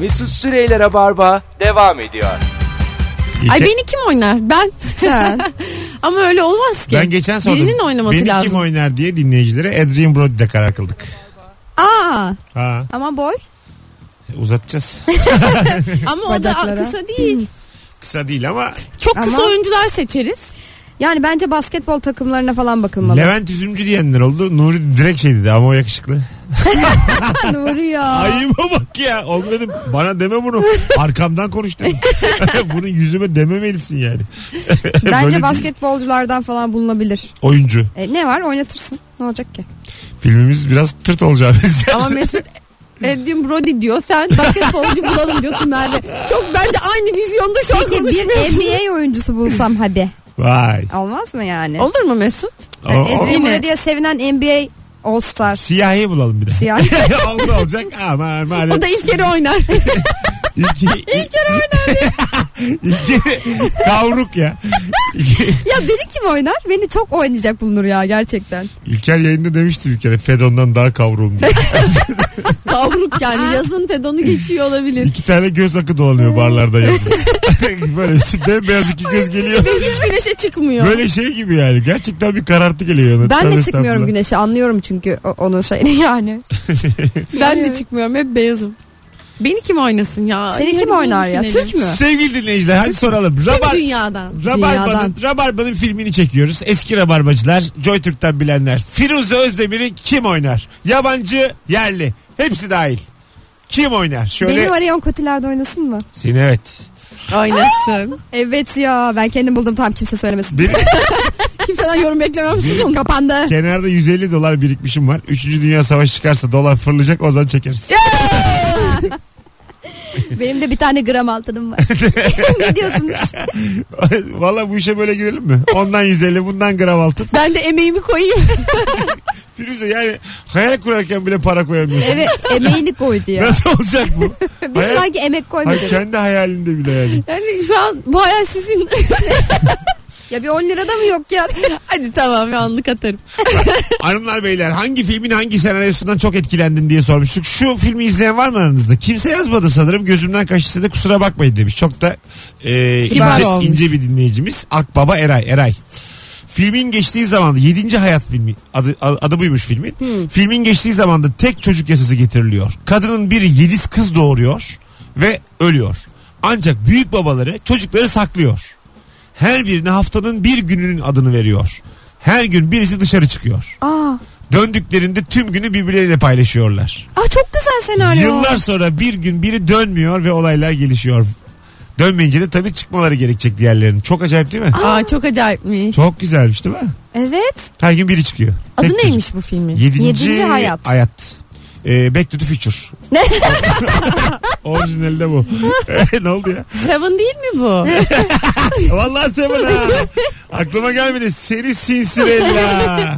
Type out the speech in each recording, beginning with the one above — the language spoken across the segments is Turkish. Mesut Süreyler'e barba devam ediyor. Ay İşte- beni kim oynar? Ben. Sen. Ama öyle olmaz ki. ben geçen sordum. Birinin oynaması Beni lazım. kim oynar diye dinleyicilere Adrian Brody'de karar kıldık. Aa, Ha, Ama boy. uzatacağız. ama o da Bacaklara. Hmm. kısa değil. Kısa değil ama Çok kısa Ama- oyuncular seçeriz. Yani bence basketbol takımlarına falan bakılmalı. Levent Üzümcü diyenler oldu. Nuri direkt şey dedi ama o yakışıklı. Nuri ya. Ayıma bak ya. Oğlum dedim bana deme bunu. Arkamdan konuş dedim. bunu yüzüme dememelisin yani. Böyle Bence bir basketbolculardan falan bulunabilir. oyuncu. E, ne var oynatırsın. Ne olacak ki? Filmimiz biraz tırt olacağı benzer. Ama Mesut Edwin Brody diyor. Sen basketbolcu bulalım diyorsun ben de. Çok bence aynı vizyonda şu an Peki bir konuşmuyorsun. NBA oyuncusu bulsam hadi. Vay. Olmaz mı yani? E, Olur mu Mesut? O- o- Adrian Yine. Brody'ye sevinen NBA All Star. Siyahi bulalım bir de. Siyah. Oldu olacak ama madem. O da ilk kere oynar. İlk, ilk kere oynar İlk kere kavruk ya. ya beni kim oynar? Beni çok oynayacak bulunur ya gerçekten. İlker yayında demişti bir kere Fedon'dan daha kavruğum diye. Kavruk yani yazın fedonu geçiyor olabilir. İki tane göz akı dolanıyor barlarda yazın. Böyle şey, bembeyaz iki göz geliyor. Ve hiç güneşe çıkmıyor. Böyle şey gibi yani. Gerçekten bir karartı geliyor. yanına. Ben Tövbe de çıkmıyorum estağfurullah. güneşe anlıyorum çünkü o- onun şeyini yani. Ben de çıkmıyorum hep beyazım. Beni kim oynasın ya? Seni kim Yarın oynar ya? finali. Türk mü? Sevgili dinleyiciler hadi soralım. Rabar, Tüm dünyadan. Rabarba'nın, Dünyadan. Rabarba'nın filmini çekiyoruz. Eski Rabarbacılar, Joy Türk'ten bilenler. Firuze Özdemir'i kim oynar? Yabancı, yerli. Hepsi dahil. Kim oynar? Şöyle Beni arayan kotilerde oynasın mı? seni evet. Oynasın. Evet ya ben kendim buldum tam kimse söylemesin. Benim Kimseden yorum beklemem. Susun kapandı. kenarda 150 dolar birikmişim var. 3. Dünya Savaşı çıkarsa dolar fırlayacak o zaman çekeriz. Benim de bir tane gram altınım var. ne diyorsunuz? Valla bu işe böyle girelim mi? Ondan 150 bundan gram altın. Ben de emeğimi koyayım. Firuze yani hayal kurarken bile para koyamıyorsun. Evet emeğini koydu ya. Nasıl olacak bu? Biz Hayal- sanki emek Hayır, koymayacağız. kendi hayalinde bile yani. Yani şu an bu hayal sizin. Ya bir 10 lira da mı yok ya? Hadi tamam ya anlık atarım. Hanımlar beyler hangi filmin hangi senaryosundan çok etkilendin diye sormuştuk. Şu filmi izleyen var mı aranızda? Kimse yazmadı sanırım. Gözümden kaçtı da kusura bakmayın demiş. Çok da e, Kibar ince, olmuş. ince bir dinleyicimiz. Akbaba Eray. Eray. Filmin geçtiği zaman 7. Hayat filmi adı, adı buymuş filmin. Filmin geçtiği zaman da tek çocuk yasası getiriliyor. Kadının biri 7 kız doğuruyor ve ölüyor. Ancak büyük babaları çocukları saklıyor. Her birine haftanın bir gününün adını veriyor. Her gün birisi dışarı çıkıyor. Aa, Döndüklerinde tüm günü birbirleriyle paylaşıyorlar. aa çok güzel senaryo. Yıllar sonra bir gün biri dönmüyor ve olaylar gelişiyor. Dönmeyince de tabii çıkmaları gerekecek diğerlerinin. Çok acayip değil mi? Aa çok acayipmiş. Çok güzelmiş değil mi? Evet. Her gün biri çıkıyor. Adı Tek neymiş bu filmin? çocuk. Yedinci, Yedinci hayat. hayat. Ee, Back to the Future. Ne? Orijinali de bu. Ee, ne oldu ya? Seven değil mi bu? Vallahi Seven ha. Aklıma gelmedi. Seni sinsirella.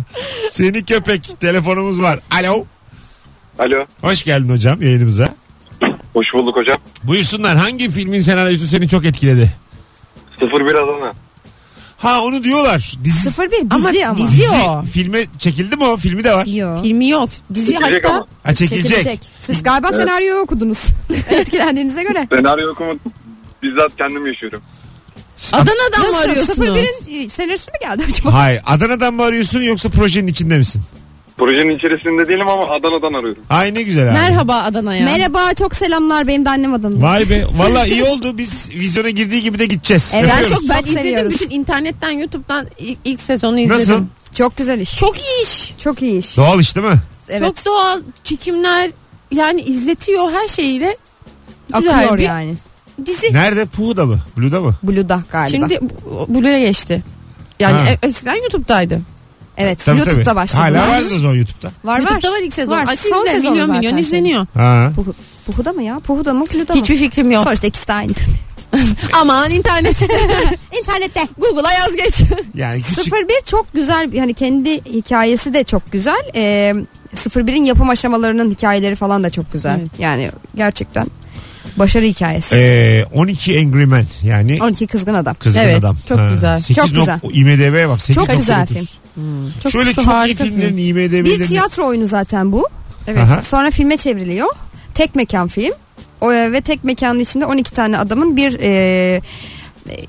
Seni köpek. Telefonumuz var. Alo. Alo. Hoş geldin hocam yayınımıza. Hoş bulduk hocam. Buyursunlar hangi filmin senaryosu seni çok etkiledi? 01 Adana. Ha onu diyorlar. Dizi, 01 dizi Ama ama. dizi o. filme çekildi mi o? Filmi de var. Yok. Filmi yok. Dizi Çekecek hatta ama. Ha çekilecek. Siz galiba Evet. senaryoyu okudunuz. Etkilendiğinize göre. Senaryo okumu bizzat kendim yaşıyorum. Adana'dan mı Nasıl? arıyorsunuz? 01'in senaryosu mu geldi acaba? Hayır Adana'dan mı arıyorsun yoksa projenin içinde misin? Projenin içerisinde değilim ama Adana'dan arıyorum. Ay ne güzel abi. Merhaba Adana'ya. Merhaba çok selamlar benim de annem adında. Vay be valla iyi oldu biz vizyona girdiği gibi de gideceğiz. Evet. Ben Öpüyorum. çok ben Çok izledim seviyoruz. bütün internetten YouTube'dan ilk, ilk sezonu izledim. Nasıl? Çok güzel iş. Çok iyi iş. Çok iyi iş. Doğal iş değil mi? Evet. Çok doğal çekimler yani izletiyor her şeyiyle. Güzel akıyor bir yani. Dizi Nerede? Puhu'da mı? Blue'da mı? Blue'da galiba. Şimdi bu- Blue'ya geçti. Yani Ha. e- eskiden YouTube'daydı. evet Tabii, YouTube'da tabii. başladı. Hala vardır o zaman YouTube'da. Var YouTube'da var ilk sezon. Var. Ay, Son izle, sezonu milyon zaten milyon şey. izleniyor. Ha. Puhu, Puhu'da mı ya? Puhu'da mı? Blue'da mı? Hiçbir fikrim yok. Sonuçta ikisi de aynı. Aman internet. İnternette. Google'a yaz geç. Yani küçük. 01 çok güzel yani kendi hikayesi de çok güzel. Ee, 01'in yapım aşamalarının hikayeleri falan da çok güzel. Evet. Yani gerçekten başarı hikayesi. Ee, 12 Angry Men yani 12 kızgın adam. kızgın Evet, adam. çok güzel. Çok güzel. IMDB'ye bak. 8.9. Çok güzel film. Çok, Şöyle çok, iyi harika film. filmlerin IMDB'lerini. Bir tiyatro oyunu zaten bu. Aha. Sonra filme çevriliyor. Tek mekan film. O, e, ve tek mekanın içinde 12 tane adamın bir e,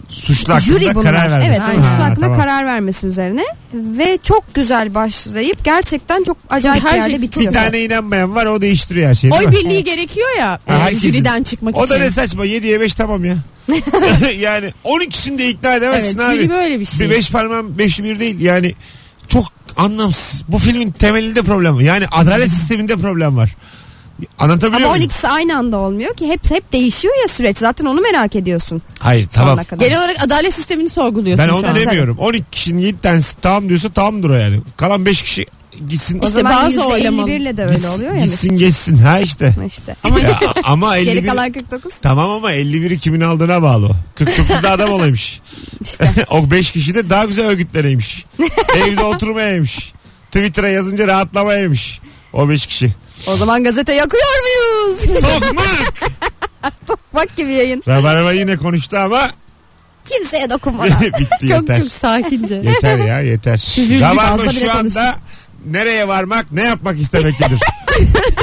Suçlu hakkında jüri bulunur. karar vermesi. Evet Ha, suçlu hakkında tamam. karar vermesi üzerine. Ve çok güzel başlayıp gerçekten çok acayip her şey- bir yerde Bir Bir bitiriyor. tane inanmayan var o değiştiriyor her şeyi değil Oy mi? birliği gerekiyor ya Ha, e, herkesin. jüriden çıkmak O için. da ne saçma 7'ye 5 tamam ya. yani 12'sini de ikna Evet edemezsin jüri abi. böyle bir şey. Bir beş parmağın beşli bir değil yani çok anlamsız. Bu filmin temelinde problem var. Yani adalet sisteminde problem var. Anlatabiliyor Ama muyum? 12'si aynı anda olmuyor ki. Hep hep değişiyor ya süreç. Zaten onu merak ediyorsun. Hayır tamam. Sonuna kadar. Genel olarak adalet sistemini sorguluyorsun Ben şu onu an. Tabii, demiyorum. 12 kişinin 7 tanesi tamam diyorsa tamamdır o yani. Kalan 5 kişi gitsin. O İşte zaman bazı yüzde %51 ile de öyle gitsin, oluyor ya. Gitsin geçsin ha işte. İşte. Ama, ya, ama Geri 51 kalan 49. Tamam ama 51'i kimin aldığına bağlı. o. 49'da adam olaymış. o 5 kişi de daha güzel örgütlereymiş. Evde oturmayaymış. Twitter'a yazınca rahatlamayaymış. O 5 kişi. O zaman gazete yakıyor muyuz? Tokmak. Bak gibi yayın. Rabarba yine konuştu ama Kimseye dokunmadan. bitti Çok yeter. çok sakince. Yeter ya yeter. Üzüldük, Rabarba fazla bile şu anda nereye varmak ne yapmak istemektedir.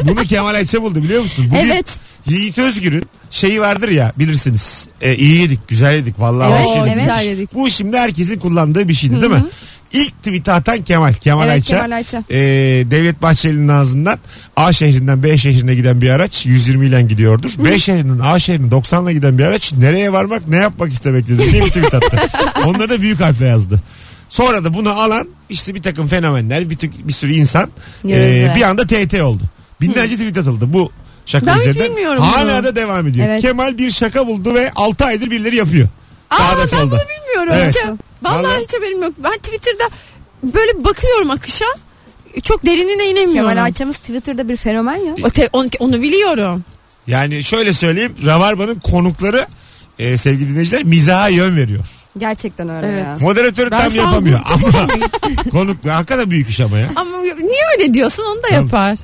Bunu Kemal Ayça buldu biliyor musun? Bu bir- evet. Yiğit Özgür'ün şeyi vardır ya bilirsiniz. E, iyi yedik, güzel yedik. Vallahi Evet, hoş yedik. evet. Güzel yedik. Bu şimdi herkesin kullandığı bir şeydi değil mi? İlk tweet'i atan Kemal, Kemal Evet Ayça. Kemal Ayça. E, Devlet Bahçeli'nin ağzından A şehrinden B şehrine giden bir araç 120 ile gidiyordur. B şehrinden A şehrine 90 ile giden bir araç nereye varmak ne yapmak istemektedir diye bir tweet attı. Onları da büyük harfle yazdı. Sonra da bunu alan işte bir takım fenomenler bir, tük- bir sürü insan e, Yazdı. bir anda TT oldu. Binlerce tweet atıldı. Bu şaka Ben hiç üzerinden. bilmiyorum Hala bunu. da devam ediyor. Evet. Kemal bir şaka buldu ve 6 aydır birileri yapıyor. Aa, Sağda ben solda. bunu bilmiyorum. Evet. Ya, Vallahi, Vallahi. hiç haberim yok. Ben Twitter'da böyle bakıyorum akışa. Çok derinine inemiyorum. Kemal Ayça'mız Twitter'da bir fenomen ya. O te- onu, onu biliyorum. Yani şöyle söyleyeyim. Rabarba'nın konukları e, sevgili dinleyiciler mizaha yön veriyor. Gerçekten öyle Evet. ya. Moderatörü Ben tam şu an yapamıyor ama konuk hakikaten büyük iş ama ya. Ama niye öyle diyorsun onu da Tamam. yapar.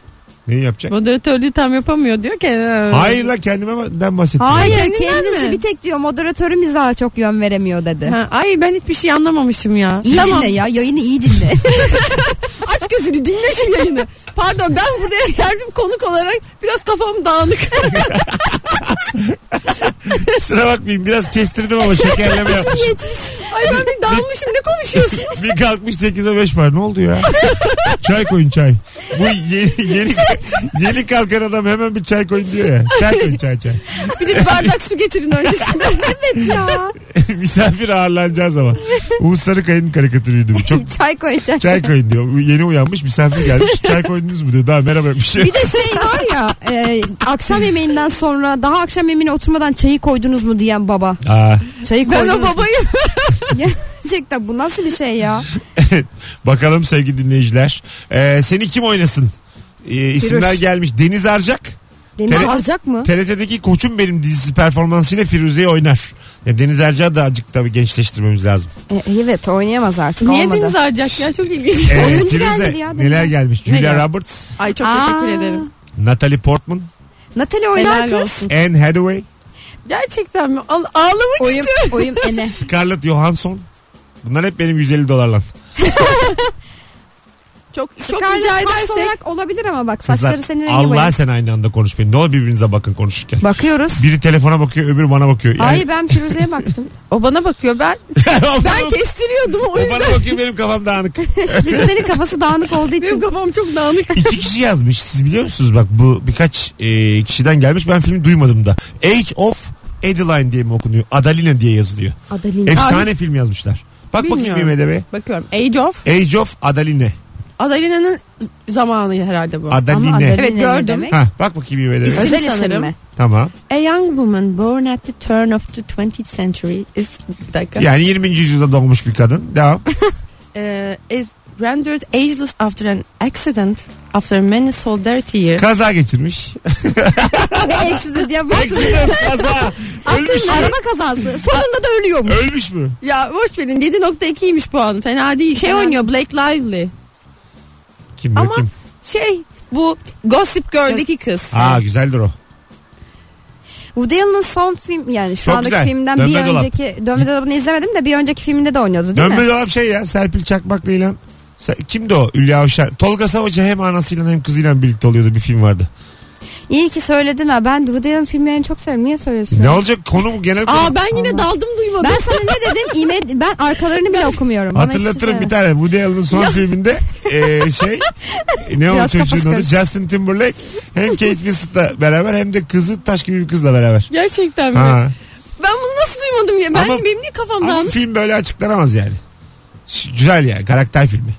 Neyi yapacak? Moderatörlüğü tam yapamıyor diyor ki. "Ee, Hayır lan kendimden bahsettim. Hayır. Hayır Kendinden kendisi mi? bir tek diyor moderatörü mizaha çok yön veremiyor dedi. Ha, ay ben hiçbir şey anlamamışım ya. İyi dinle ya yayını iyi dinle. Aç gözünü dinle şu yayını. Pardon ben buraya geldim konuk olarak biraz kafam dağınık. Kusura bakmayın biraz kestirdim ama şekerleme yapmış. geçmiş. Ay ben bir dağılmışım ne konuşuyorsun? bir kalkmış 8'e 5 var. Ne oldu ya? çay koyun çay. Bu yeni, yeni, yeni kalkan adam hemen bir çay koyun diyor ya. Çay koyun çay çay. Bir de bir bardak su getirin öncesinde. evet ya. Misafir ağırlanacağı zaman. Umut Sarıkaya'nın karikatürüydü bu. Çok Çay koyacak. çay koyun diyor. U- Yeni uyanmış misafir gelmiş. Çay koydunuz mu diyor. Daha merhaba bir şey. Bir de şey var ya e, akşam yemeğinden sonra daha akşam yemeğine oturmadan çayı koydunuz mu diyen baba. Aa, Çayı Ben koydunuz o mu? babayım. Gerçekten bu nasıl bir şey ya? bakalım sevgili dinleyiciler. Ee, seni kim oynasın? Ee, isimler Firuş. gelmiş. Deniz Arcak. Deniz Tele- aracak mı? TRT'deki Koçum Benim dizisi performansıyla Firuze'yi oynar. Ya Deniz Arcak'ı da azıcık tabii gençleştirmemiz lazım. E, evet oynayamaz artık Niye olmadı. deniz harcak ya çok ilginç. Ee, Oyuncu Firuze, geldi ya, Neler Deniz. gelmiş? Julia Neler? Roberts, Ay çok Aa. teşekkür ederim. Natalie Portman, Natalie Helal oynar kız. olsun. Anne Hathaway, Gerçekten mi? Al- ağlamak Oyun, oyun ene. Scarlett Johansson. Bunlar hep benim 150 dolarla. çok çok Scarlett rica Johansson edersek. olarak olabilir ama bak Kızlar saçları senin rengi Allah bayılır. sen aynı anda konuşmayın. Ne olur birbirinize bakın konuşurken. Bakıyoruz. Biri telefona bakıyor öbürü bana bakıyor. Yani- Hayır ben Firuze'ye baktım. O bana bakıyor ben O bana- ben kestiriyordum o o yüzden. bana bakıyor benim kafam dağınık. Firuze'nin kafası dağınık olduğu Benim için. kafam çok dağınık. İki kişi yazmış siz biliyor musunuz? Bak bu birkaç e, kişiden gelmiş ben filmi duymadım da. Age of Adeline diye mi okunuyor? Adeline diye yazılıyor. Adalina. Efsane film yazmışlar. Bak bakayım Bilmiyorum. IMDb'ye. Bakıyorum. Age of. Age of Adeline. Adalina'nın zamanı herhalde bu. Adeline. Ama Adeline Evet, ne gördüm. demek? Ha, bak bakayım IMDb'ye. İsim Özel isim sanırım. mi? Tamam. A young woman born at the turn of the 20th century is bir dakika. Yani 20. yüzyılda doğmuş bir kadın. Devam. Ee, is rendered ageless after an accident after many solidarity years. Kaza geçirmiş. Ve eksi de diye bak. Accident, kaza. Ölmüş Aklın mü? araba kazası. Sonunda da ölüyormuş. Ölmüş mü? Ya boş verin 7.2'ymiş puan. Fena değil. Şey Fena oynuyor Blake Lively. Kim bu Ama- kim? Şey bu Gossip Girl'deki kız. Aa güzeldir o. Woody Allen'ın son film yani şu Çok andaki güzel. filmden Dönme bir Dolap. önceki Dönme Dolabı'nı izlemedim de bir önceki filminde de oynuyordu değil Dönme mi? dolap şey ya Serpil Çakmak'la ile Kimdi o? Hülya Avşar. Tolga Savaş'a hem anasıyla hem kızıyla birlikte oluyordu bir film vardı. İyi ki söyledin ha. Ben Woody Allen filmlerini çok severim. Niye söylüyorsun? Ne olacak konu bu genel konu. Aa ben yine daldım duymadım. Ben sana ne dedim? İme, ben arkalarını bile okumuyorum. Bana hiçbir şey Hatırlatırım bir söyleme. tane Woody Allen'ın son filminde e, şey ne o Biraz çocuğun kafası adı karışık. Justin Timberlake hem Kate Winslet'la beraber hem de kızı taş gibi bir kızla beraber. Gerçekten mi? Ha. Ben bunu nasıl duymadım ya? Ben, Ama- benim niye Ama şey kafamdan? film böyle açıklanamaz yani. Ş- Güzel yani karakter filmi.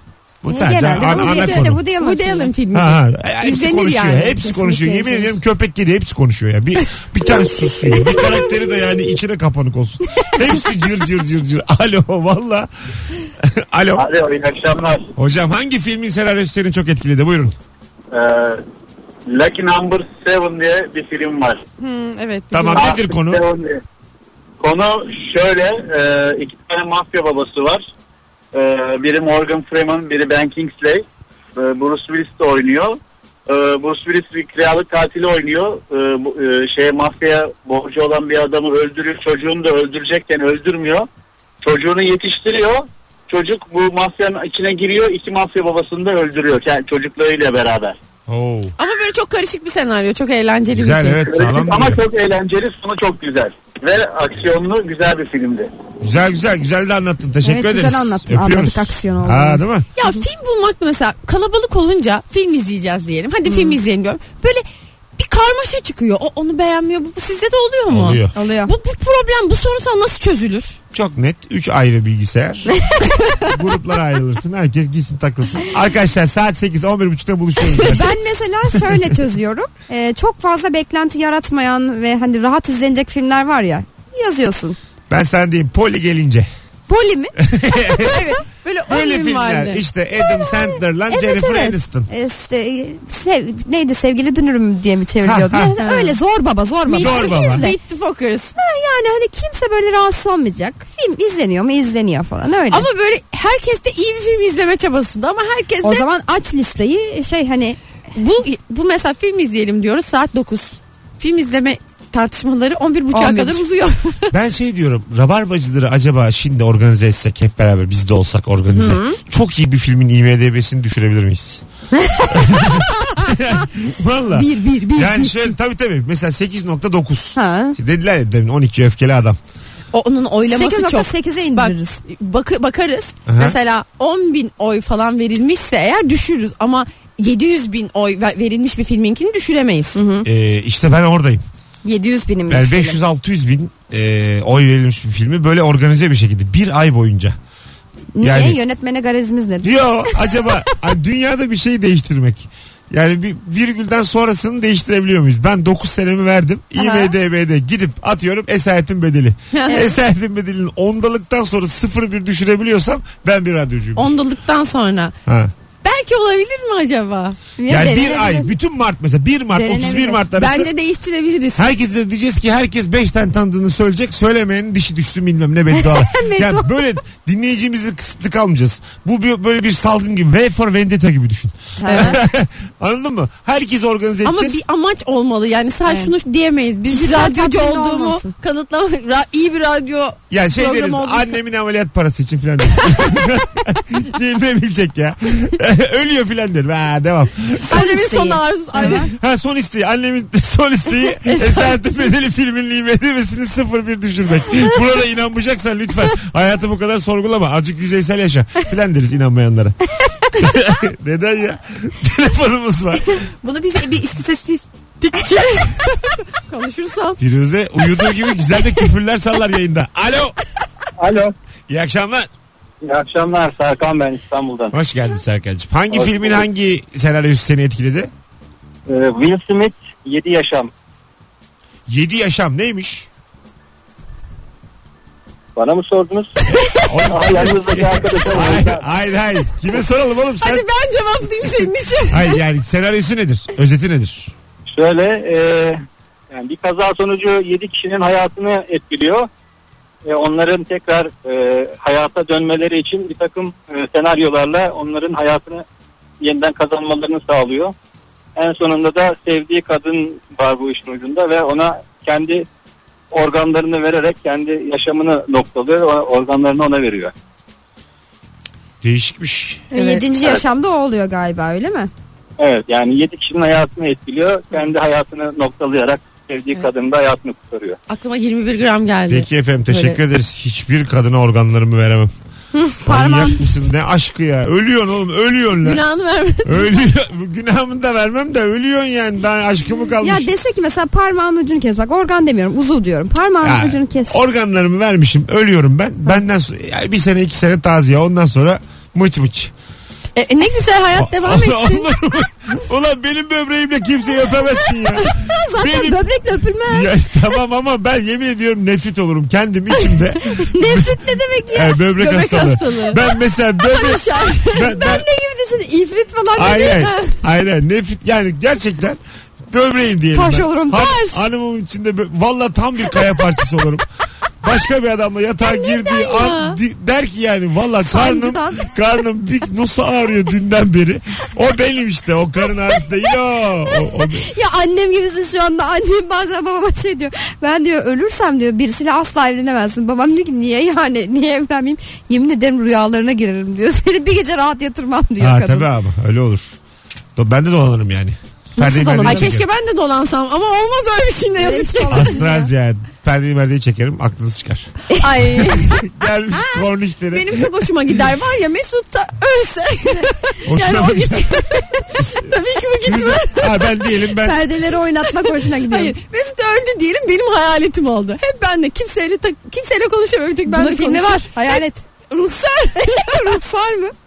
Bu Niye sadece genelde? ana, Woody ana Allen- konu. işte Woody Allen Woody filmi. Allen filmi. Ha, ha. Hepsi İzlenir konuşuyor. yani. Hepsi konuşuyor. Yemin izlenir. ediyorum köpek kedi hepsi konuşuyor ya. Bir, bir tane susuyor. Bir karakteri de yani içine kapanık olsun. Hepsi cır cır cır cır. Alo valla. Alo. Alo iyi akşamlar. Hocam hangi filmin senaryosu seni çok etkiledi? Buyurun. Ee, Lucky Number 7 diye bir film var. Hmm, evet. Tamam biliyorum. nedir konu? Seven diye. Konu şöyle e, iki tane mafya babası var. E, biri Morgan Freeman biri Ben Kingsley. E, Bruce Willis de oynuyor. E, Bruce Willis bir kiralık katili oynuyor. E, bu, e, şeye mafya borcu olan bir adamı öldürüyor. Çocuğunu da öldürecekken öldürmüyor. Çocuğunu yetiştiriyor. Çocuk bu mafyanın içine giriyor. iki mafya babasını da öldürüyor. Yani çocuklarıyla beraber. Oo. Ama böyle çok karışık bir senaryo. Çok eğlenceli Güzel bir film. evet sağlam Ama duruyor. çok eğlenceli sonu çok güzel. Ve aksiyonlu güzel bir filmdi. Güzel güzel güzel de anlattın. Teşekkür Evet, ederiz. güzel anlattın. Anladık aksiyon olduğunu. Ha değil mi? Ya film bulmak da mesela kalabalık olunca film izleyeceğiz diyelim. Hadi film izleyelim diyorum. Böyle bir karmaşa çıkıyor. O onu beğenmiyor. Bu, bu sizde de oluyor mu? Oluyor. Oluyor. Bu, bu problem bu sorunsal nasıl çözülür? Çok net. Üç ayrı bilgisayar. Gruplara ayrılırsın. Herkes gitsin takılsın. Arkadaşlar saat 8 11.30'da buluşuyoruz. Ben mesela şöyle çözüyorum. Ee, çok fazla beklenti yaratmayan ve hani rahat izlenecek filmler var ya. Yazıyorsun. ben sana diyeyim poli gelince. Poli mi? evet. Böyle on Öyle gün filmler. vardı. İşte Adam Sandler'la Jennifer Aniston. Ee, İşte e, sev, neydi sevgili dünürüm diye mi çeviriyordu? Ha, ha. Yani Öyle zor baba zor baba. Zor Hani baba. izle. Meet the Fockers. Ha, yani hani kimse böyle rahatsız olmayacak. Film izleniyor mu izleniyor falan öyle. Ama böyle herkes de iyi bir film izleme çabasında ama herkes de o zaman aç listeyi şey hani bu bu mesela film izleyelim diyoruz saat 9. Film izleme tartışmaları 11.30'a 11.30. kadar uzuyor. Ben şey diyorum. Rabarbacıları acaba şimdi organize etsek hep beraber biz de olsak organize. Çok iyi bir filmin IMDB'sini düşürebilir miyiz? Valla. bir bir bir. Yani şöyle tabii tabii. Mesela 8.9. Ha. Dediler ya demin 12 öfkeli adam. O, onun oylaması çok. 8.8'e Bak, indiririz. bakı- bakarız. Aha. Mesela 10 bin oy falan verilmişse eğer düşürürüz ama 700 bin oy ver- verilmiş bir filminkini düşüremeyiz. Ee, işte ben oradayım. 700 binim. Yani düşürelim. 500-600 bin e, oy verilmiş bir filmi böyle organize bir şekilde bir ay boyunca. Niye? yani- Yönetmene garezimiz nedir? Yo acaba hani dünyada bir şey değiştirmek. Yani bir virgülden sonrasını değiştirebiliyor muyuz? Ben 9 senemi verdim. IMDB'de gidip atıyorum esaretin bedeli. esaretin bedelinin ondalıktan sonra 0 bir düşürebiliyorsam ben bir radyocuyum. Ondalıktan sonra. Ha. Belki olabilir mi acaba? Yani Denenebilir. bir ay bütün Mart mesela 1 Mart Denenebilir. 31 Mart arası. Bence değiştirebiliriz. Herkese de diyeceğiz ki herkes 5 tane tanıdığını söyleyecek. Söylemeyenin dişi düşsün bilmem ne beddualar. yani böyle dinleyicimizi kısıtlı kalmayacağız. Bu bir, böyle bir salgın gibi. V for Vendetta gibi düşün. Anladın mı? Herkes organize Ama edeceğiz. bir amaç olmalı yani sen Evet. şunu diyemeyiz. Biz bir Kişisel radyocu tatmin olduğumu olmasın. kanıtlama ra- iyi bir radyo yani şey programı deriz oldu. annemin ameliyat parası için filan deriz. Kim ne bilecek ya. Ölüyor filan derim. Ha, devam. annemin son isteği. arzusu. Aynen. Ha son isteği. Annemin son isteği Esaretin Bedeli filmin limedemesini 0-1 düşürmek. Buna da inanmayacaksan lütfen hayatı bu kadar sorgulama. Azıcık yüzeysel yaşa. Filan deriz inanmayanlara. Neden ya? Telefonumuz var. Bunu bize bir istatistikçi konuşursam. Firuze uyuduğu gibi güzel de küfürler sallar yayında. Alo. Alo. İyi akşamlar. İyi akşamlar Serkan ben İstanbul'dan. Hoş geldin Serkan'cığım. Hangi Hoş filmin bulduk. hangi senaryosu seni etkiledi? Ee, Will Smith 7 yaşam. 7 yaşam neymiş? Bana mı sordunuz? Oğlum- Aa, Yanınızdaki arkadaşa mı? hayır, hayır hayır. Kime soralım oğlum sen? Hadi ben cevaplayayım senin için. Hayır yani senaryosu nedir? Özeti nedir? Şöyle e, yani bir kaza sonucu 7 kişinin hayatını etkiliyor. E, onların tekrar e, hayata dönmeleri için bir takım e, senaryolarla onların hayatını yeniden kazanmalarını sağlıyor. En sonunda da sevdiği kadın var bu işin ucunda ve ona kendi organlarını vererek kendi yaşamını noktalıyor. O- Organlarını ona veriyor. Değişikmiş. Yedinci yaşamda o oluyor galiba öyle mi? Evet yani 7 kişinin hayatını etkiliyor. Kendi hayatını noktalayarak sevdiği Evet. kadını da hayatını kurtarıyor. Aklıma 21 gram geldi. Peki efendim teşekkür ederiz. Hiçbir kadına organlarımı veremem. Parmağım Manyak mısın ne aşkı ya. Ölüyorsun oğlum ölüyorsun lan. günahını vermedi. Ölüyor. Günahımı da vermem de ölüyorsun yani. Ben aşkımı kalmış. Ya dese ki mesela parmağın ucunu kes. Bak organ demiyorum uzuv diyorum. Parmağın Ya, ucunu kes. Organlarımı vermişim. Ölüyorum ben. Benden so- ya bir sene iki sene taziye. Ondan sonra mıç mıç. E, e, ne güzel hayat devam etsin. Onları- Ulan benim böbreğimle kimseyi öpemezsin ya. Zaten benim- böbrekle öpülmez. ya. Tamam ama ben yemin ediyorum nefret olurum kendim içimde. Nefret ne demek ya? E, böbrek, Böbrek hastalığı. hastalığı. şey, Ben mesela böbrek... Şarkı. ben, ben, Ne gibi düşün? İfrit falan aynen. Aynen. Nefret yani gerçekten böbreğim diyelim Taş ben. olurum, taş. hanımımın içinde bö- valla tam bir kaya parçası olurum. Başka bir adamla yatağa girdiği an di- der ki yani valla karnım Sancıdan. karnım bir nasıl ağrıyor dünden beri. O benim işte o karın ağrısı değil. Yo. O, o, Ya annem gibisin şu anda. Annem bazen babama şey diyor. Ben diyor ölürsem diyor birisiyle asla evlenemezsin. Babam diyor ki niye yani niye evlenmeyeyim? Yemin ederim rüyalarına girerim diyor. Seni bir gece rahat yatırmam diyor ha, kadın. tabii abi öyle olur. Do- Ben de dolanırım yani. Perdeyi dolanır? merdeyi Ay çekerim. keşke ben de dolansam ama olmaz öyle bir şey ne yazık ki. Astraz yani. Perdeyi merdeyi çekerim aklınız çıkar. Ay Gelmiş kornişleri. benim çok hoşuma gider var ya Mesut da ölse. yani o gitti. Tabii ki bu gitti. ha, ben diyelim ben Perdeleri oynatmak hoşuna gidiyor. Hayır Mesut öldü diyelim benim hayaletim oldu. Hep ben de kimseyle tak- kimseyle konuşamıyorum. Bir tek ben Bunun de filmi konuşuyorum. var. Hayalet. Ruhsar. Ruhsar mı?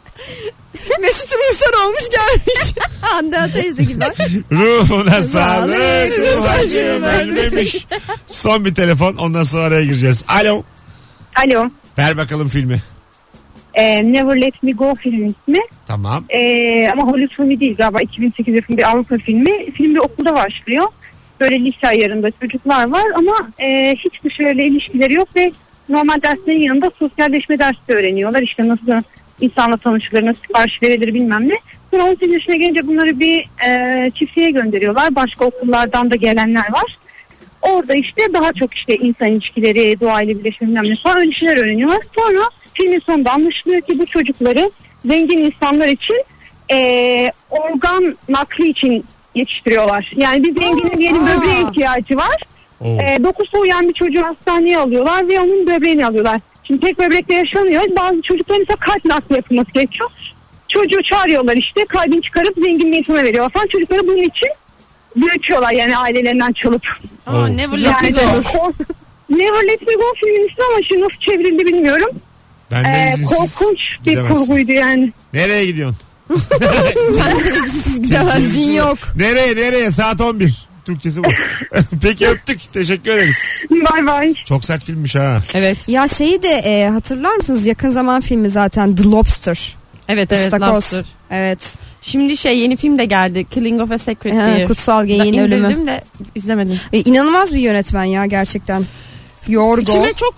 Mesut ruhsar olmuş gelmiş. Hande teyze gibi. ruhuna sağlık. Sağlık, Ruhacığım ruhacığım ölmemiş. Son bir telefon ondan sonra araya gireceğiz. Alo. Alo. Ver bakalım filmi. Ee, Never Let Me Go filmin ismi. Tamam. Ee, ama Hollywood filmi değil galiba 2008 yapımı bir Avrupa filmi. Film bir okulda başlıyor. Böyle lise ayarında çocuklar var ama e, hiç dışarıyla ilişkileri yok ve normal derslerin yanında sosyalleşme dersi de öğreniyorlar. İşte nasıl insanla tanışılır, nasıl sipariş verilir bilmem ne. Sonra 18 yaşına gelince bunları bir e, çiftliğe gönderiyorlar. Başka okullardan da gelenler var. Orada işte daha çok işte insan ilişkileri, doğa ile birleşme bilmem ne falan öyle şeyler öğreniyorlar. Sonra filmin sonunda anlaşılıyor ki bu çocukları zengin insanlar için eee, organ nakli için yetiştiriyorlar. Yani bir zenginin diyelim aa. böbreğe ihtiyacı var. E, Oo. Ee, Eee dokusu uyan bir çocuğu hastaneye alıyorlar ve onun böbreğini alıyorlar. Şimdi tek böbrekle yaşanıyor. Bazı çocukların ise kalp nakli yapılması gerekiyor. Çocuğu çağırıyorlar işte kalbini çıkarıp zengin bir insana veriyorlar falan. Çocukları bunun için büyütüyorlar yani ailelerinden çalıp. Oo. never Yani kork- Never Let Me Go filmin ismi ama şimdi nasıl çevrildi bilmiyorum. Ben e, Ee, izinsiz korkunç bir gidemezsin. kurguydu yani. Nereye gidiyorsun? Gidemezsin yok. Nereye nereye? Saat 11. Türkçesi bu. Peki öptük. Teşekkür ederiz. Bay bay. Çok sert filmmiş ha. Evet. Ya şeyi de e, hatırlar mısınız? Yakın zaman filmi zaten The Lobster. Evet evet. Istakoz. lobster. Evet. Şimdi şey yeni film de geldi. Killing of a Sacred Ha, Deer. Kutsal Ben Geyiğin indirdim Ölümü. de izlemedim. E, inanılmaz bir yönetmen ya gerçekten. Yorgo. İçime çok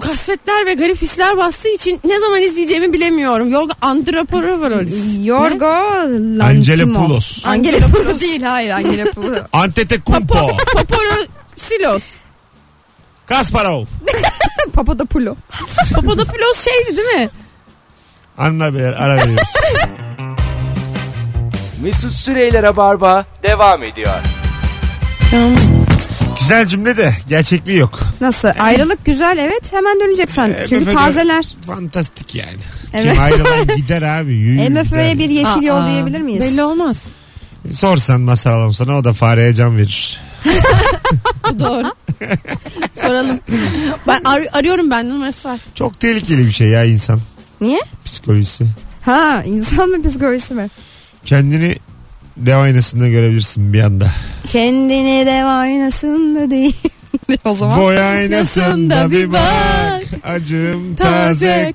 kasvetler ve garip hisler bastığı için ne zaman izleyeceğimi bilemiyorum. Yorga Androporovorolis. Yorgo Lantimos. Angelopoulos. Angelopoulos değil hayır Angelopoulos. Antetokounmpo. Paparossilos. Kasparov. Papadopoulos. Papadopoulos şeydi değil mi? Hanımlar beyler ara veriyoruz. Mesut Süreyler'e barba devam ediyor. Güzel cümle de gerçekliği yok. Nasıl? Ayrılık güzel evet hemen döneceksen. Çünkü MFÖ tazeler. Fantastik yani. Evet. Kim ayrılan gider abi. Yürüyün MFÖ'ye bir yeşil yol Aa, diyebilir miyiz? Belli olmaz. Sorsan masal alalım sana o da fareye can verir. Bu doğru. Soralım. Ben ar- arıyorum ben numarası var. Çok tehlikeli bir şey ya insan Niye? psikolojisi. Ha insan mı psikolojisi mi? Kendini dev aynasında görebilirsin bir anda. Kendini de aynasında değil. o zaman. Boy aynasında bir bak acım taze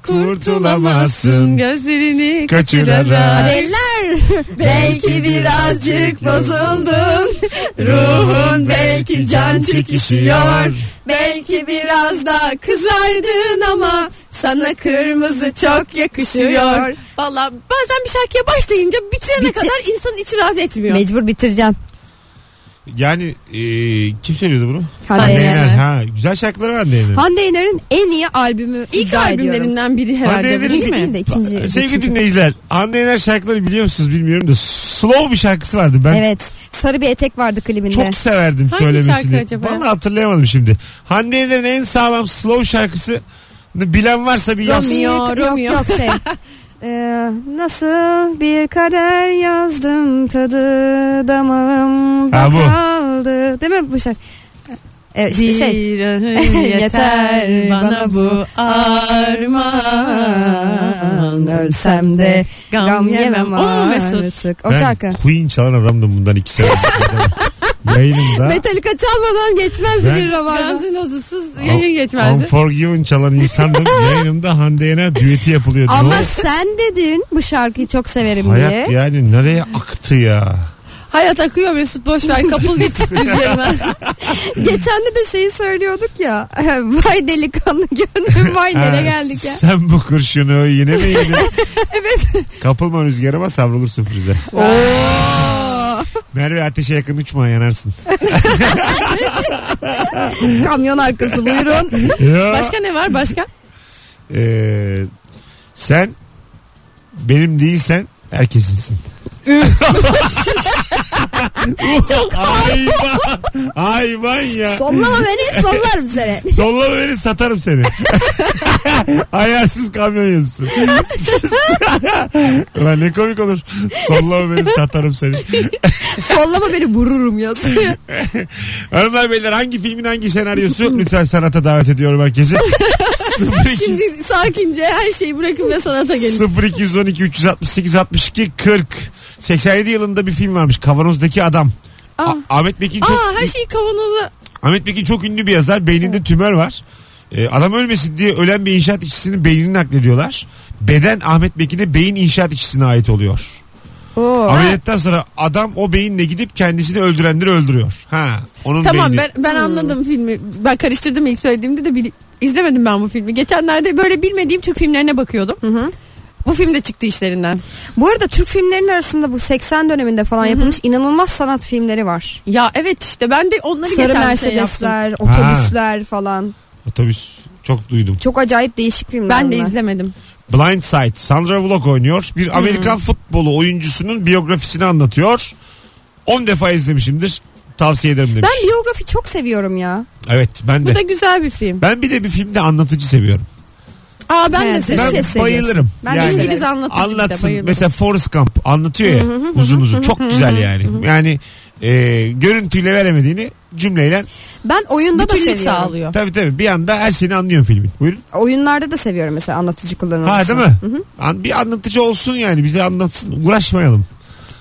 kurtulamazsın. Gözlerini Kaçırarak. kaçırarak. Eller belki birazcık bozuldun Ruhun belki can çekişiyor Belki biraz daha kızardın ama Sana kırmızı çok yakışıyor Valla bazen bir şarkıya başlayınca bitirene Bitir- kadar insanın içi razı etmiyor. Mecbur bitireceğim Yani e, kim söylüyordu bunu? Hande Yener. Ha, güzel şarkıları var Hande Yener'in. Hande Yener'in en iyi albümü İlk iddia ediyorum. albümlerinden biri herhalde. Hande bu, Yener'in Değil İlk mi? değil de ikinci. Ee, Sevgili üçüncü. dinleyiciler Hande Yener şarkıları biliyor musunuz bilmiyorum da slow bir şarkısı vardı. Ben Evet. Sarı bir etek vardı klibinde. çok severdim Hangi söylemesini. şarkı acaba? Vallahi hatırlayamadım şimdi. Hande Yener'in en sağlam slow şarkısı bilen varsa bir yazsın. Romeo. Yok, Romeo. Yok yok şey. Ee, nasıl bir kader yazdım tadı damağımda Ha, bu. kaldı. Değil mi bu şarkı? Ee, işte şey. Bir ahım yeter bana bu armağan Ölsem de gam yemem O mu Mesut? artık O ben şarkı. Queen çalan adamdım bundan iki sene önce. Yayınımda. Metallica çalmadan geçmezdi Ben- bir rabarba. Gansın ozusuz yayın geçmezdi Unforgiven çalan insandım. Yayınımda Hande Yener düeti yapılıyordu. Ama Ne oldu? sen dedin bu şarkıyı çok severim diye. Hayat yani nereye aktı ya? Hayat akıyor Mesut boşver kapıl git üzerine Geçen de de şeyi söylüyorduk ya. Vay delikanlı gönlüm vay Ha, nereye geldik ya. Sen bu kurşunu yine mi yedin? evet. Kapılma rüzgara ama savrulursun frize. Merve ateşe yakın uçma yanarsın. Kamyon arkası buyurun. Ya, Başka ne var başka? e, sen benim değilsen herkesinsin. Çok hayvan. Hayvan ya. Sollama beni sollarım seni. Sollama beni satarım seni. Ayarsız kamyon yazısı. Ulan ne komik olur. Sollama beni satarım seni. Sollama beni vururum ya. Hanımlar beyler hangi filmin hangi senaryosu? Lütfen sanata davet ediyorum herkesi. 02 Şimdi sakince her şeyi bırakın ve sanata gelin 0212 368 62 40 87 yılında bir film varmış. Kavanozdaki adam. Aa. A- Ahmet Bekin çok Aa her şeyi kavanoza Ahmet Pekin çok ünlü bir yazar. Beyninde tümör var. Ee, adam ölmesin diye ölen bir inşaat işçisinin beynini naklediyorlar. Beden Ahmet Pekin'e beyin inşaat işçisine ait oluyor. Ameliyattan sonra adam o beyinle gidip kendisini öldürenleri öldürüyor. Ha, onun Tamam beyni. ben, ben anladım filmi. Ben karıştırdım ilk söylediğimde de bil- izlemedim ben bu filmi. Geçenlerde böyle bilmediğim Türk filmlerine bakıyordum. Bu film de çıktı işlerinden. Bu arada Türk filmlerinin arasında bu 80 döneminde falan yapılmış inanılmaz sanat filmleri var. Ya evet işte ben de onları Sarı geçen şey yaptım. Mercedesler, otobüsler falan. Otobüs çok duydum. Çok acayip değişik filmler. Ben de bunlar. izlemedim. Blind Side. Sandra Bullock oynuyor. Hmm. Bir Amerikan futbolu oyuncusunun biyografisini anlatıyor. 10 defa izlemişimdir. Tavsiye ederim demiş. Ben biyografi çok seviyorum ya. Evet ben Bu de. da güzel bir film. Ben bir de bir filmde anlatıcı seviyorum. Aa ben de Evet, seviyorum. Şey Ben seviyorsun. bayılırım. Ben Yani- İngiliz anlatıcı bir de anlatsın. bayılırım. Mesela Forrest Gump anlatıyor ya uzun uzun. Çok güzel yani. Yani e, görüntüyle veremediğini cümleyle Ben oyunda da Bütünlük seviyorum. sağlıyor. tabii tabii bir anda her şeyini anlıyorsun filmin. Buyurun. Oyunlarda da seviyorum mesela anlatıcı kullanılması. Ha değil mi? An- bir anlatıcı olsun yani bize anlatsın uğraşmayalım.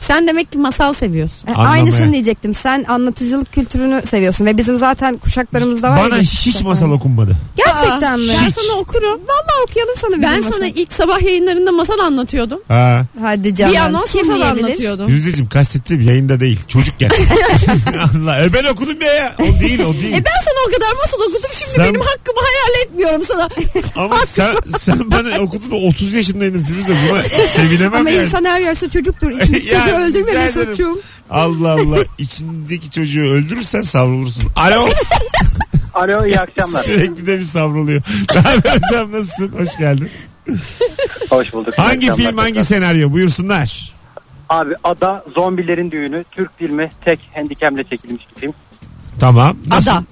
Sen demek ki masal seviyorsun. E, Anlamaya. Aynısını diyecektim. Sen anlatıcılık kültürünü seviyorsun ve bizim zaten kuşaklarımızda var. Bana ya- hiç masal okunmadı. Gerçekten mi? Ben sana okurum. Vallahi okuyalım sana bir Ben masal. sana ilk sabah yayınlarında masal anlatıyordum. Ha. Hadi canım. Bir anons Kim masal diyebilir? anlatıyordum. Yüzdeciğim kastettiğim yayında değil. Çocukken. Allah. E ben okudum ya, ya. O değil o değil. E ben sana o kadar masal okudum şimdi Sen- benim hakkımı hayal etmiyorum sana. Ama sen, sen bana okudun da 30 yaşındaydım Firuze. Buna sevinemem Ama yani. insan her yaşta çocuktur. İçindeki Yani çocuğu öldürme rica ederim. Mesut'cum. Allah Allah. İçindeki çocuğu öldürürsen savrulursun. Alo. Alo iyi akşamlar. Sürekli de bir savruluyor. Ne haber hocam nasılsın? Hoş geldin. Hoş bulduk. İyi Hangi akşamlar film hangi tekrar. senaryo? Buyursunlar. Abi Ada Zombilerin Düğünü Türk filmi tek handikemle çekilmiş bir film. Tamam. Nasıl? Ada.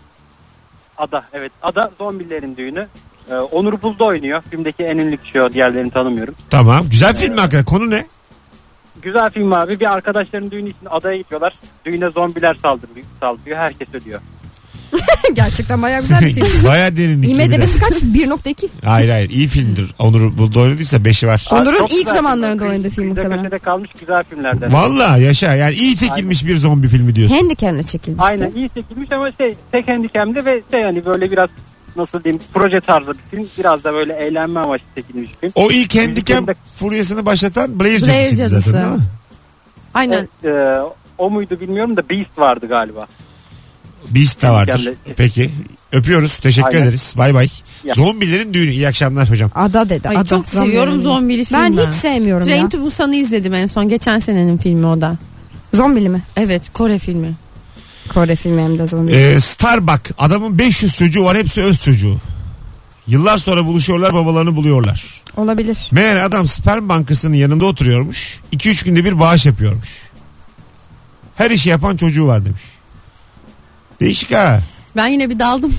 Ada evet Ada Zombilerin Düğünü. Ee, Onur Buldu oynuyor. Filmdeki en ünlü kişi o diğerlerini tanımıyorum. Tamam. Güzel film mi hakikaten? Konu ne? Güzel film abi. Bir arkadaşların düğünü için adaya gidiyorlar. Düğüne zombiler saldırıyor. saldırıyor. Herkes ölüyor. Gerçekten bayağı güzel bir film. Baya derinlikli bir de. IMDB'si kaç? 1.2. Hayır hayır iyi filmdir. Onur Buldu oynadıysa 5'i var. Onur'un Çok ilk güzel zamanlarında filmler. oynadığı film Kıyıda muhtemelen. köşede kalmış güzel filmlerden. Valla yaşa yani iyi çekilmiş bir zombi filmi diyorsun. Handicam'le çekilmiş. Aynen iyi çekilmiş ama şey tek handikemli ve şey hani böyle biraz nasıl diyeyim proje tarzı bir film. Biraz da böyle eğlenme amaçlı çekilmiş bir film. O ilk handicap furyasını başlatan Blair, Blair cadısıydı Cadısı. zaten değil mi? Aynen. O, e, o muydu bilmiyorum da Beast vardı galiba. Beast de vardır. Handicap'le- Peki öpüyoruz teşekkür Aynen. ederiz bay bay. Ya. Zombilerin düğünü iyi akşamlar hocam. Ada dedi. Ay, Ada. çok Zombi seviyorum filmi. zombili film. Ben hiç sevmiyorum Train ya. to Busan'ı izledim en son. Geçen senenin filmi o da. Zombili mi? Evet Kore filmi. Kore filmi hem de zombi. Ee, Starbuck adamın 500 çocuğu var hepsi öz çocuğu. Yıllar sonra buluşuyorlar babalarını buluyorlar. Olabilir. Meğer adam sperm bankasının yanında oturuyormuş. 2-3 günde bir bağış yapıyormuş. Her işi yapan çocuğu var demiş. Değişik ha. Ben yine bir daldım.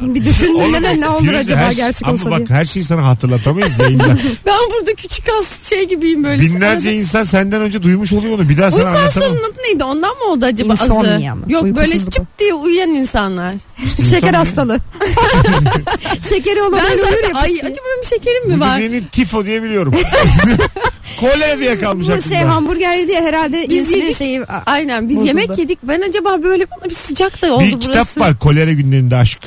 Hmm, Bir düşündüğüne Oğlum, ne olur Firuze, acaba her şey- gerçek Ama olsa bak diye. her şeyi sana hatırlatamayız yayında. ben burada küçük as şey gibiyim böyle. Binlerce insan senden önce duymuş oluyor onu. Bir daha sana Uyku anlatamam. hastalığının adı neydi? Ondan mı oldu acaba azı? İnsomnia mı? Yok böyle Uykusuzluk mu? çıp diye uyuyan insanlar. Şeker hastalığı. Şekeri olan Ben ölür zaten ya. ay acaba benim şekerim mi Bu var? dediğini tifo diye biliyorum. Kolera diye kalmış Bu şey aklımda. hamburger diye herhalde Biz insülin yedik. şeyi a- Aynen biz Bozuldu. yemek yedik. Ben acaba böyle bana bir sıcak da oldu bir burası. Hmm. kitap var kolera günlerinde aşk.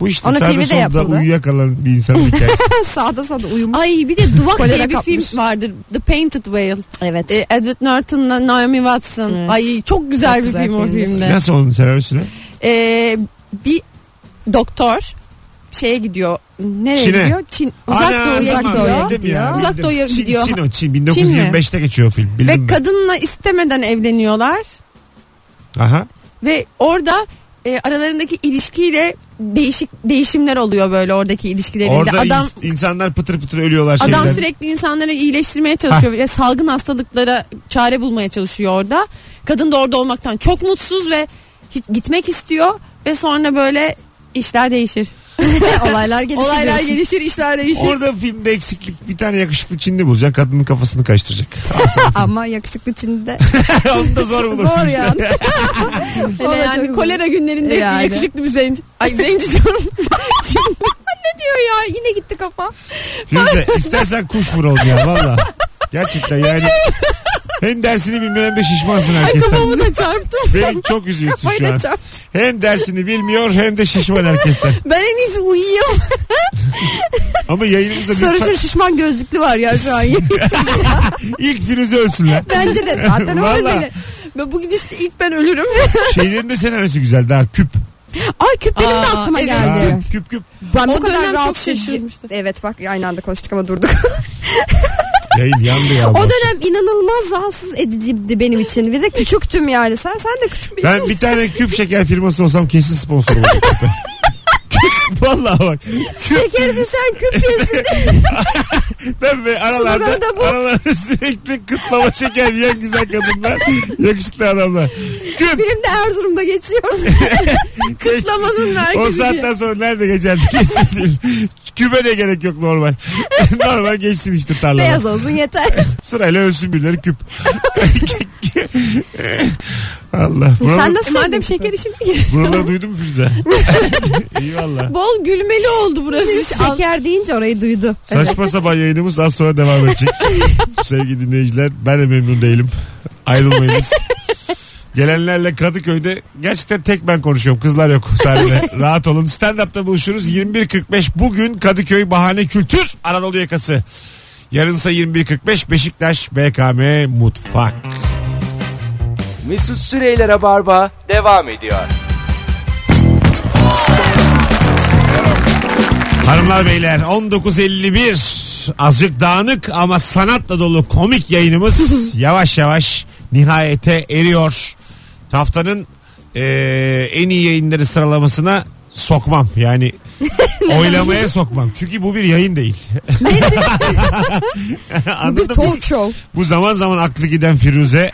Bu işte Onun sağda filmi de solda yapıldı. uyuyakalan bir insanın hikayesi. sağda solda uyumuş. Ay bir de Duvak Kolera diye bir kapmış. film vardır. The Painted Whale. Evet. Ee, Edward Norton'la Naomi Watson. Evet. Ay çok güzel Çok bir güzel film o filmdir. filmde. Nasıl onun senaryosunu? Ee, bir doktor şeye gidiyor. Nereye Çin'e. gidiyor? Çin. Uzak Ana, Doğu'ya tamam, gidiyor. bildim ya, Uzak bildim. Doğu'ya Çin- gidiyor. Çin o Çin. 1925'te geçiyor o film. Ve Bildim ben. kadınla istemeden evleniyorlar. Aha. Ve orada e, aralarındaki ilişkiyle değişik değişimler oluyor böyle oradaki ilişkilerinde. Orada adam ins- insanlar pıtır pıtır ölüyorlar. adam şeyden. sürekli insanları iyileştirmeye çalışıyor. Ya salgın hastalıklara çare bulmaya çalışıyor orada. Kadın da orada olmaktan çok mutsuz ve hiç gitmek istiyor ve sonra böyle işler değişir. E, Olaylar gelişiyor. Olaylar gelişir, işler Şey- değişir. Orada filmde eksiklik bir tane yakışıklı Çinli bulacak. Kadının kafasını karıştıracak. Ama yakışıklı Çin'de. Onu da zor bulursun Zor işte. yani. Hele Vallahi çok yani güzel. kolera günlerinde Yani. yakışıklı bir zenci. Ay zenci diyorum. ne diyor ya? Yine gitti kafa. Firuze istersen kuş vur oğlum ya valla. Gerçekten yani. Hem dersini bilmiyor hem de şişmansın Ay herkesten. kafamı da çarptım. Beni çok üzüyorsun Kafayı şu da an. çarptı. Hem dersini bilmiyor hem de şişman herkesten. Ben en iyisi uyuyayım. Ama yayınımızda Sarışın lütfen şişman gözlüklü var ya şu an. ilk Firuze ölsün lan. Bence de zaten Vallahi. öyle. Ve bu gidişle ilk ben ölürüm. Şeylerin de senaryosu güzel daha küp. Ay küp benim de Aa, aklıma evet. Aa, geldi. küp küp küp. Ben O bu kadar dönem rahatsız çok edici. şaşırmıştım. Evet bak aynı anda koştuk ama durduk. Yayın yandı ya. o bu akşam. dönem inanılmaz rahatsız ediciydi benim için. Bir de küçüktüm yani. Sen sen de küçük bir Ben bir tane küp şeker firması olsam kesin sponsor olurum. Vallahi bak. şeker düşen küp yesin. Ben ve aralarda, Sloganı da bu. aralarda sürekli kıtlama şeker yiyen güzel kadınlar. Yakışıklı adamlar. Küp. Benim de Erzurum'da geçiyor. Kıtlamanın merkezi O diye. saatten sonra nerede geçersin geçsin film. Küpe de gerek yok normal. normal geçsin işte tarlada. Beyaz olsun yeter. Sırayla ölsün birileri küp. Allah. Buraları, sen nasıl? Madem şeker işi mi girdi? buraları duydun mu Firuze? Eyvallah. Bol gülmeli oldu burası. Şeker deyince orayı duydu. Saçma sapan yayınımız az sonra devam edecek. Sevgili dinleyiciler ben de memnun değilim. Ayrılmayınız. Gelenlerle Kadıköy'de gerçekten tek ben konuşuyorum. Kızlar yok sahnede. Rahat olun. Stand-up'ta buluşuruz. 21.45 bugün Kadıköy Bahane Kültür Anadolu Yakası. Yarınsa 21.45 Beşiktaş BKM Mutfak. Mesut Süreyler'e barba devam ediyor. Hanımlar beyler 19.51 azıcık dağınık ama sanatla dolu komik yayınımız yavaş yavaş nihayete eriyor. Haftanın eee, en iyi yayınları sıralamasına sokmam yani oylamaya sokmam çünkü bu bir yayın değil. Bir Anladın mı? talk show. Bu zaman zaman aklı giden Firuze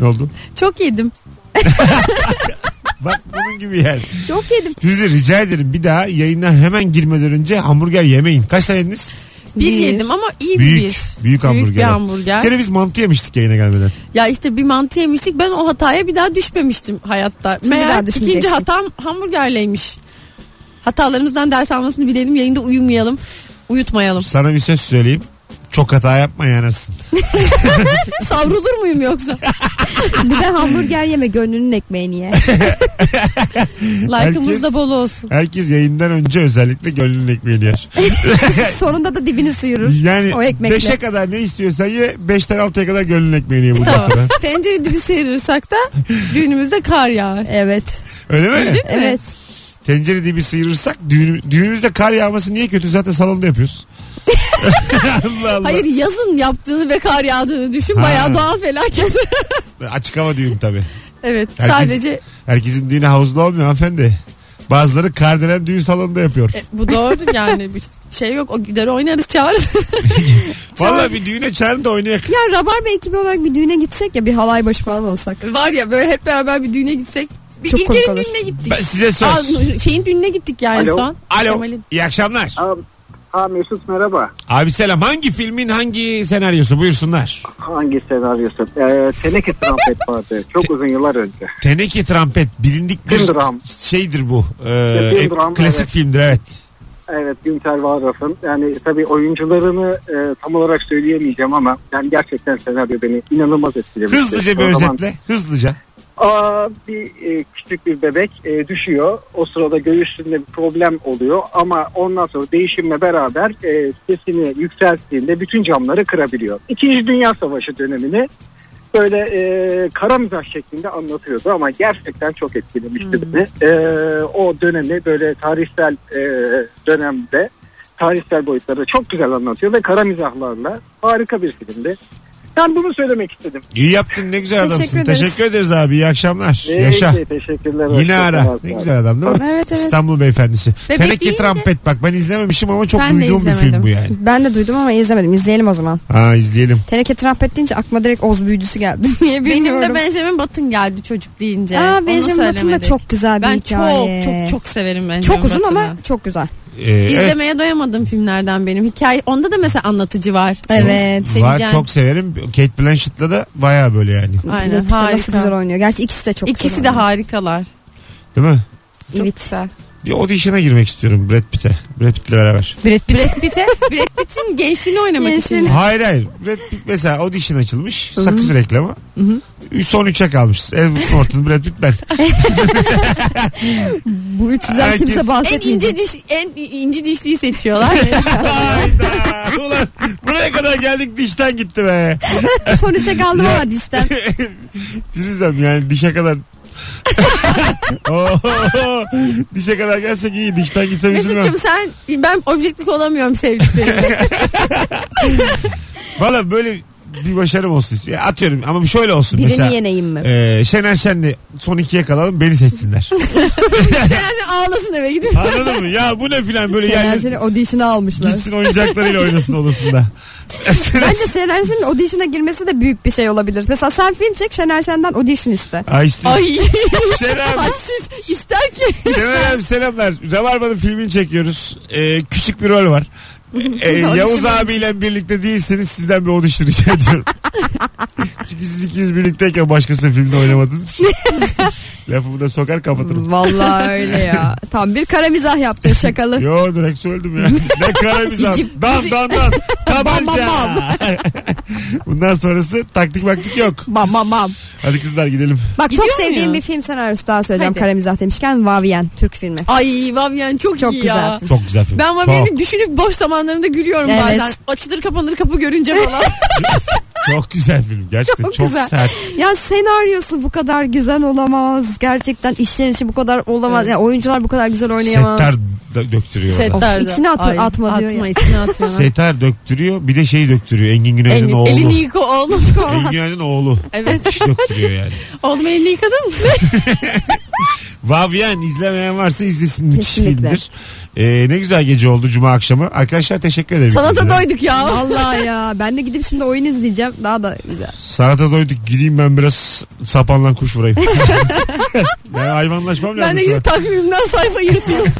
ne oldu? Çok yedim. Bak bunun gibi yani. Çok yedim. Firuze rica ederim bir daha yayına hemen girmeden önce hamburger yemeyin. Kaç tane yediniz? Bir, Bir. yedim ama iyi Büyük, bir bir. büyük hamburger. bir Bir hamburger. kere biz mantı yemiştik yayına gelmeden. Ya işte bir mantı yemiştik. Ben o hataya bir daha düşmemiştim hayatta. Şimdi bir daha Meğer ikinci düşmeyeceksin. hatam hamburgerleymiş. Hatalarımızdan ders almasını bilelim. Yayında uyumayalım. Uyutmayalım. Sana bir söz söyleyeyim. Çok hata yapma yanarsın. Şey, Savrulur muyum yoksa? Bir de hamburger yeme gönlünün ekmeğini ye. Like'ımız Herkes- da bol olsun. Herkes yayından önce özellikle gönlünün ekmeğini yer. Sonunda da dibini sıyırır. Yani O ekmekle. 5'e kadar ne istiyorsan ye 5'ten 6'ya kadar gönlünün ekmeğini ye bundan Tamam. sonra. Tencere dibi sıyırırsak da düğünümüzde kar yağar. Evet. Öyle mi? Evet. Tencere dibi sıyırırsak düğün, düğünümüzde kar yağması niye kötü zaten salonda yapıyoruz. Allah Allah. Hayır yazın yaptığını ve kar yağdığını düşün. Ha. Bayağı doğal felaket. Açık hava düğün tabii. Evet Herkes- sadece Herkesin dini havuzda olmuyor hanımefendi. Bazıları kardelen düğün salonunda yapıyor. e, bu doğru yani bir şey yok o gider oynarız çağırırız. Vallahi bir düğüne çağırın da oynayak. Ya Rabarba ekibi olarak bir düğüne gitsek ya bir halay başı falan olsak. Var ya böyle hep beraber bir düğüne gitsek. Bir Çok komik İlker'in olur. düğününe gittik. Ben size söz. Aa, şeyin düğününe gittik yani Alo. son. Alo. Kemal'in. İyi akşamlar. Abi, ha Mesut merhaba. Abi selam. Hangi filmin hangi senaryosu? Buyursunlar. Hangi senaryosu? Ee, Teneke Trompet vardı. Çok uzun yıllar önce. Teneke Trampet bilindik bir Film dram. şeydir bu. Ee, Ya, film e, dram, klasik evet. filmdir evet. Evet Günter Varraf'ın. Yani tabii oyuncularını e, tam olarak söyleyemeyeceğim ama yani gerçekten senaryo beni inanılmaz etkilemişti. Hızlıca bir O zaman- özetle. Hızlıca. Aa, bir e, küçük bir bebek e, düşüyor. O sırada göğsünde bir problem oluyor ama ondan sonra değişimle beraber e, sesini yükselttiğinde bütün camları kırabiliyor. İkinci Dünya Savaşı dönemini böyle e, kara mizah şeklinde anlatıyordu ama gerçekten çok etkilemişti beni. E, o dönemi böyle tarihsel e, dönemde tarihsel boyutları çok güzel anlatıyor ve kara mizahlarla harika bir filmdi. Ben bunu söylemek istedim. İyi yaptın ne güzel Teşekkür adamsın. ederiz. Teşekkür ederiz abi. İyi akşamlar. Peki, Yaşa. teşekkürler. Yine Hoşçakalın ara. abi. Ne güzel adam değil mi? Evet evet. İstanbul beyefendisi. Bebek Teneke deyince- Trampet bak ben izlememişim ama çok Ben de duyduğum bir film izlemedim. bu yani. Ben de duydum ama izlemedim. İzleyelim o zaman. Ha izleyelim. Teneke trompet deyince aklıma direkt Oz büyücüsü geldi. Niye Benim bilmiyorum. de Benjamin Batın geldi çocuk deyince. Aa, Onu Benjamin Button da söylemedik. çok güzel bir Ben hikaye. çok çok çok severim Benjamin Çok uzun Button'ı. ama çok güzel. Ee, evet. İzlemeye doyamadığım filmlerden benim. Hikaye onda da mesela anlatıcı var. Evet. Var, Sevecen. çok severim. Kate Blanchett'la da baya böyle yani. Aynen, Brad Pitt de Nasıl harika. güzel oynuyor. Gerçi ikisi de çok İkisi de güzel. harikalar. Değil mi? de Evet. Bir audition'a girmek istiyorum Brad Pitt'e. Brad Pitt'le beraber. Brad Pitt. Brad Pitt'e Brad Pitt'in gençliğini oynamak için. Gençliğini. Hayır hayır. Brad Pitt mesela audition açılmış. Sakız reklamı. Üç- Son üçe kalmış. Edward Norton, Brad Pitt ben. Bu üçlüden Herkes- kimse En bahsetmeyecek. ince diş en ince dişliyi seçiyorlar. Hayda. Ulan buraya kadar geldik dişten gitti be. Son üçe kaldım ama dişten. Firuzem yani dişe kadar Oho. dişe kadar gelsek iyi dişten şey gitsem üzülmem. Mesut'cum sen ben objektif olamıyorum sevdiklerimle. Valla böyle bir başarım olsun istiyorum. Ya Atıyorum ama şöyle olsun Birini mesela. yeneyim mi? Ee, Şener Şen'le son ikiye kalalım beni seçsinler. Yani ağlasın eve gidip. Anladın mı? Ya bu ne filan böyle Şener yani Şen'in audition'a almışlar. gitsin oyuncaklarıyla oynasın odasında. Bence Şener Şen'in audition'a girmesi de büyük bir şey olabilir. Mesela sen film çek Şener Şen'den audition iste. Ay işte. Ay. Şener abi, Ay siz ister ki. Şener abi selamlar. Rabarba'nın filmini çekiyoruz. Ee, küçük bir rol var. Ee, Yavuz abiyle birlikte değilseniz sizden bir audition rica ediyorum. Çünkü siz ikiniz birlikteyken başkasının filmde oynamadınız. için. Lafımı da sokar kapatırım. Vallahi öyle ya. Tam bir kara mizah yaptın şakalı. Yo direkt söyledim ya. Ne karamizan. İcip, Dan bizi- dan dan. Bam, Tabanca. bam, Bundan sonrası taktik baktik yok. Bam bam bam. Hadi kızlar gidelim. Bak Gidiyor çok sevdiğim muyuz? bir film senaryosu daha söyleyeceğim Hadi. kara mizah demişken Vavien Türk filmi. Ay Vavyen çok, Çok iyi güzel ya. film. Çok güzel film. Ben Vavyen'i düşünüp boş zamanlarımda gülüyorum Evet. bazen. Açılır kapanır kapı görünce falan. Çok, çok güzel film. Gerçekten çok, Çok güzel. sert. Ya senaryosu bu kadar güzel olamaz. Gerçekten işlenişi bu kadar olamaz. Evet. Ya oyuncular bu kadar güzel oynayamaz. Settar da- döktürüyor orada. Settar'da. içine atıyor- Ay, atma diyor Atma ya. içine atıyorlar. Settar döktürüyor. Bir de şeyi döktürüyor. Engin Günaydın Elin, oğlu. elini yıka oğlum. Engin Günaydın oğlu. evet. Kişi döktürüyor yani. Oğlum elini yıkadın mı? Vavyen izlemeyen varsa izlesin. Müthiş Kesinlikle. filmdir. Ee, ne güzel gece oldu cuma akşamı. Arkadaşlar teşekkür ederim. Sana da İkinize. doyduk ya. Vallahi ya ben de gidip şimdi oyun izleyeceğim. Daha da güzel. Sanata doyduk gideyim ben biraz sapanla kuş vurayım. ben hayvanlaşmam lazım. Ben de şu an. gidip takvimimden sayfa yırtıyorum.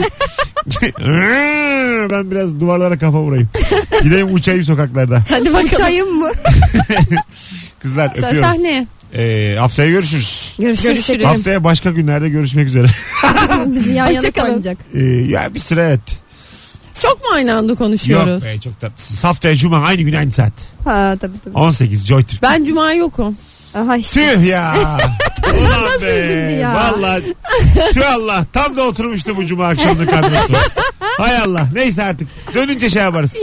ben biraz duvarlara kafa vurayım. Gideyim uçayım sokaklarda. Hadi bakalım. Uçayım mı? Kızlar Sen öpüyorum. sahneye. Ee, haftaya görüşürüz. Görüşürüz. Görüşürüz. şekerim. Haftaya başka günlerde görüşmek üzere. Bizi yan yana Hoşça kalın. koyacak. Ee, ya bir süre evet. Çok mu aynı anda konuşuyoruz? Yok be çok tatlısınız. Haftaya cuma aynı gün aynı saat. Ha tabii tabii. 18 Joy Türk. Ben cuma yokum. Aha işte. Tüh ya. Ulan üzüldü be. ya? Valla. Tüh Allah. Tam da oturmuştu bu cuma akşamı kadrosu. Hay Allah. Neyse artık. Dönünce şey yaparız.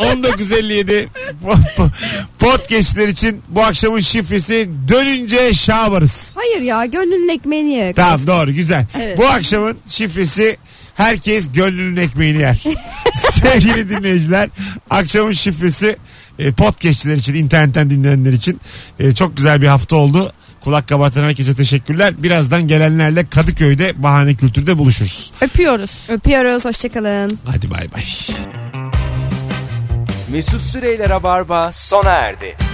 19.57 po- po- podcastler için bu akşamın şifresi dönünce şey yaparız. Hayır ya gönlünün ekmeğini ye. Tamam doğru güzel. Evet. Bu akşamın şifresi herkes gönlünün ekmeğini yer. Sevgili dinleyiciler akşamın şifresi e, podcastçiler için internetten dinleyenler için e, çok güzel bir hafta oldu. Kulak kabartan herkese teşekkürler. Birazdan gelenlerle Kadıköy'de Bahane Kültür'de buluşuruz. Öpüyoruz. Öpüyoruz hoşçakalın. Hadi bay bay. Mesut Süreyler'e barba sona erdi.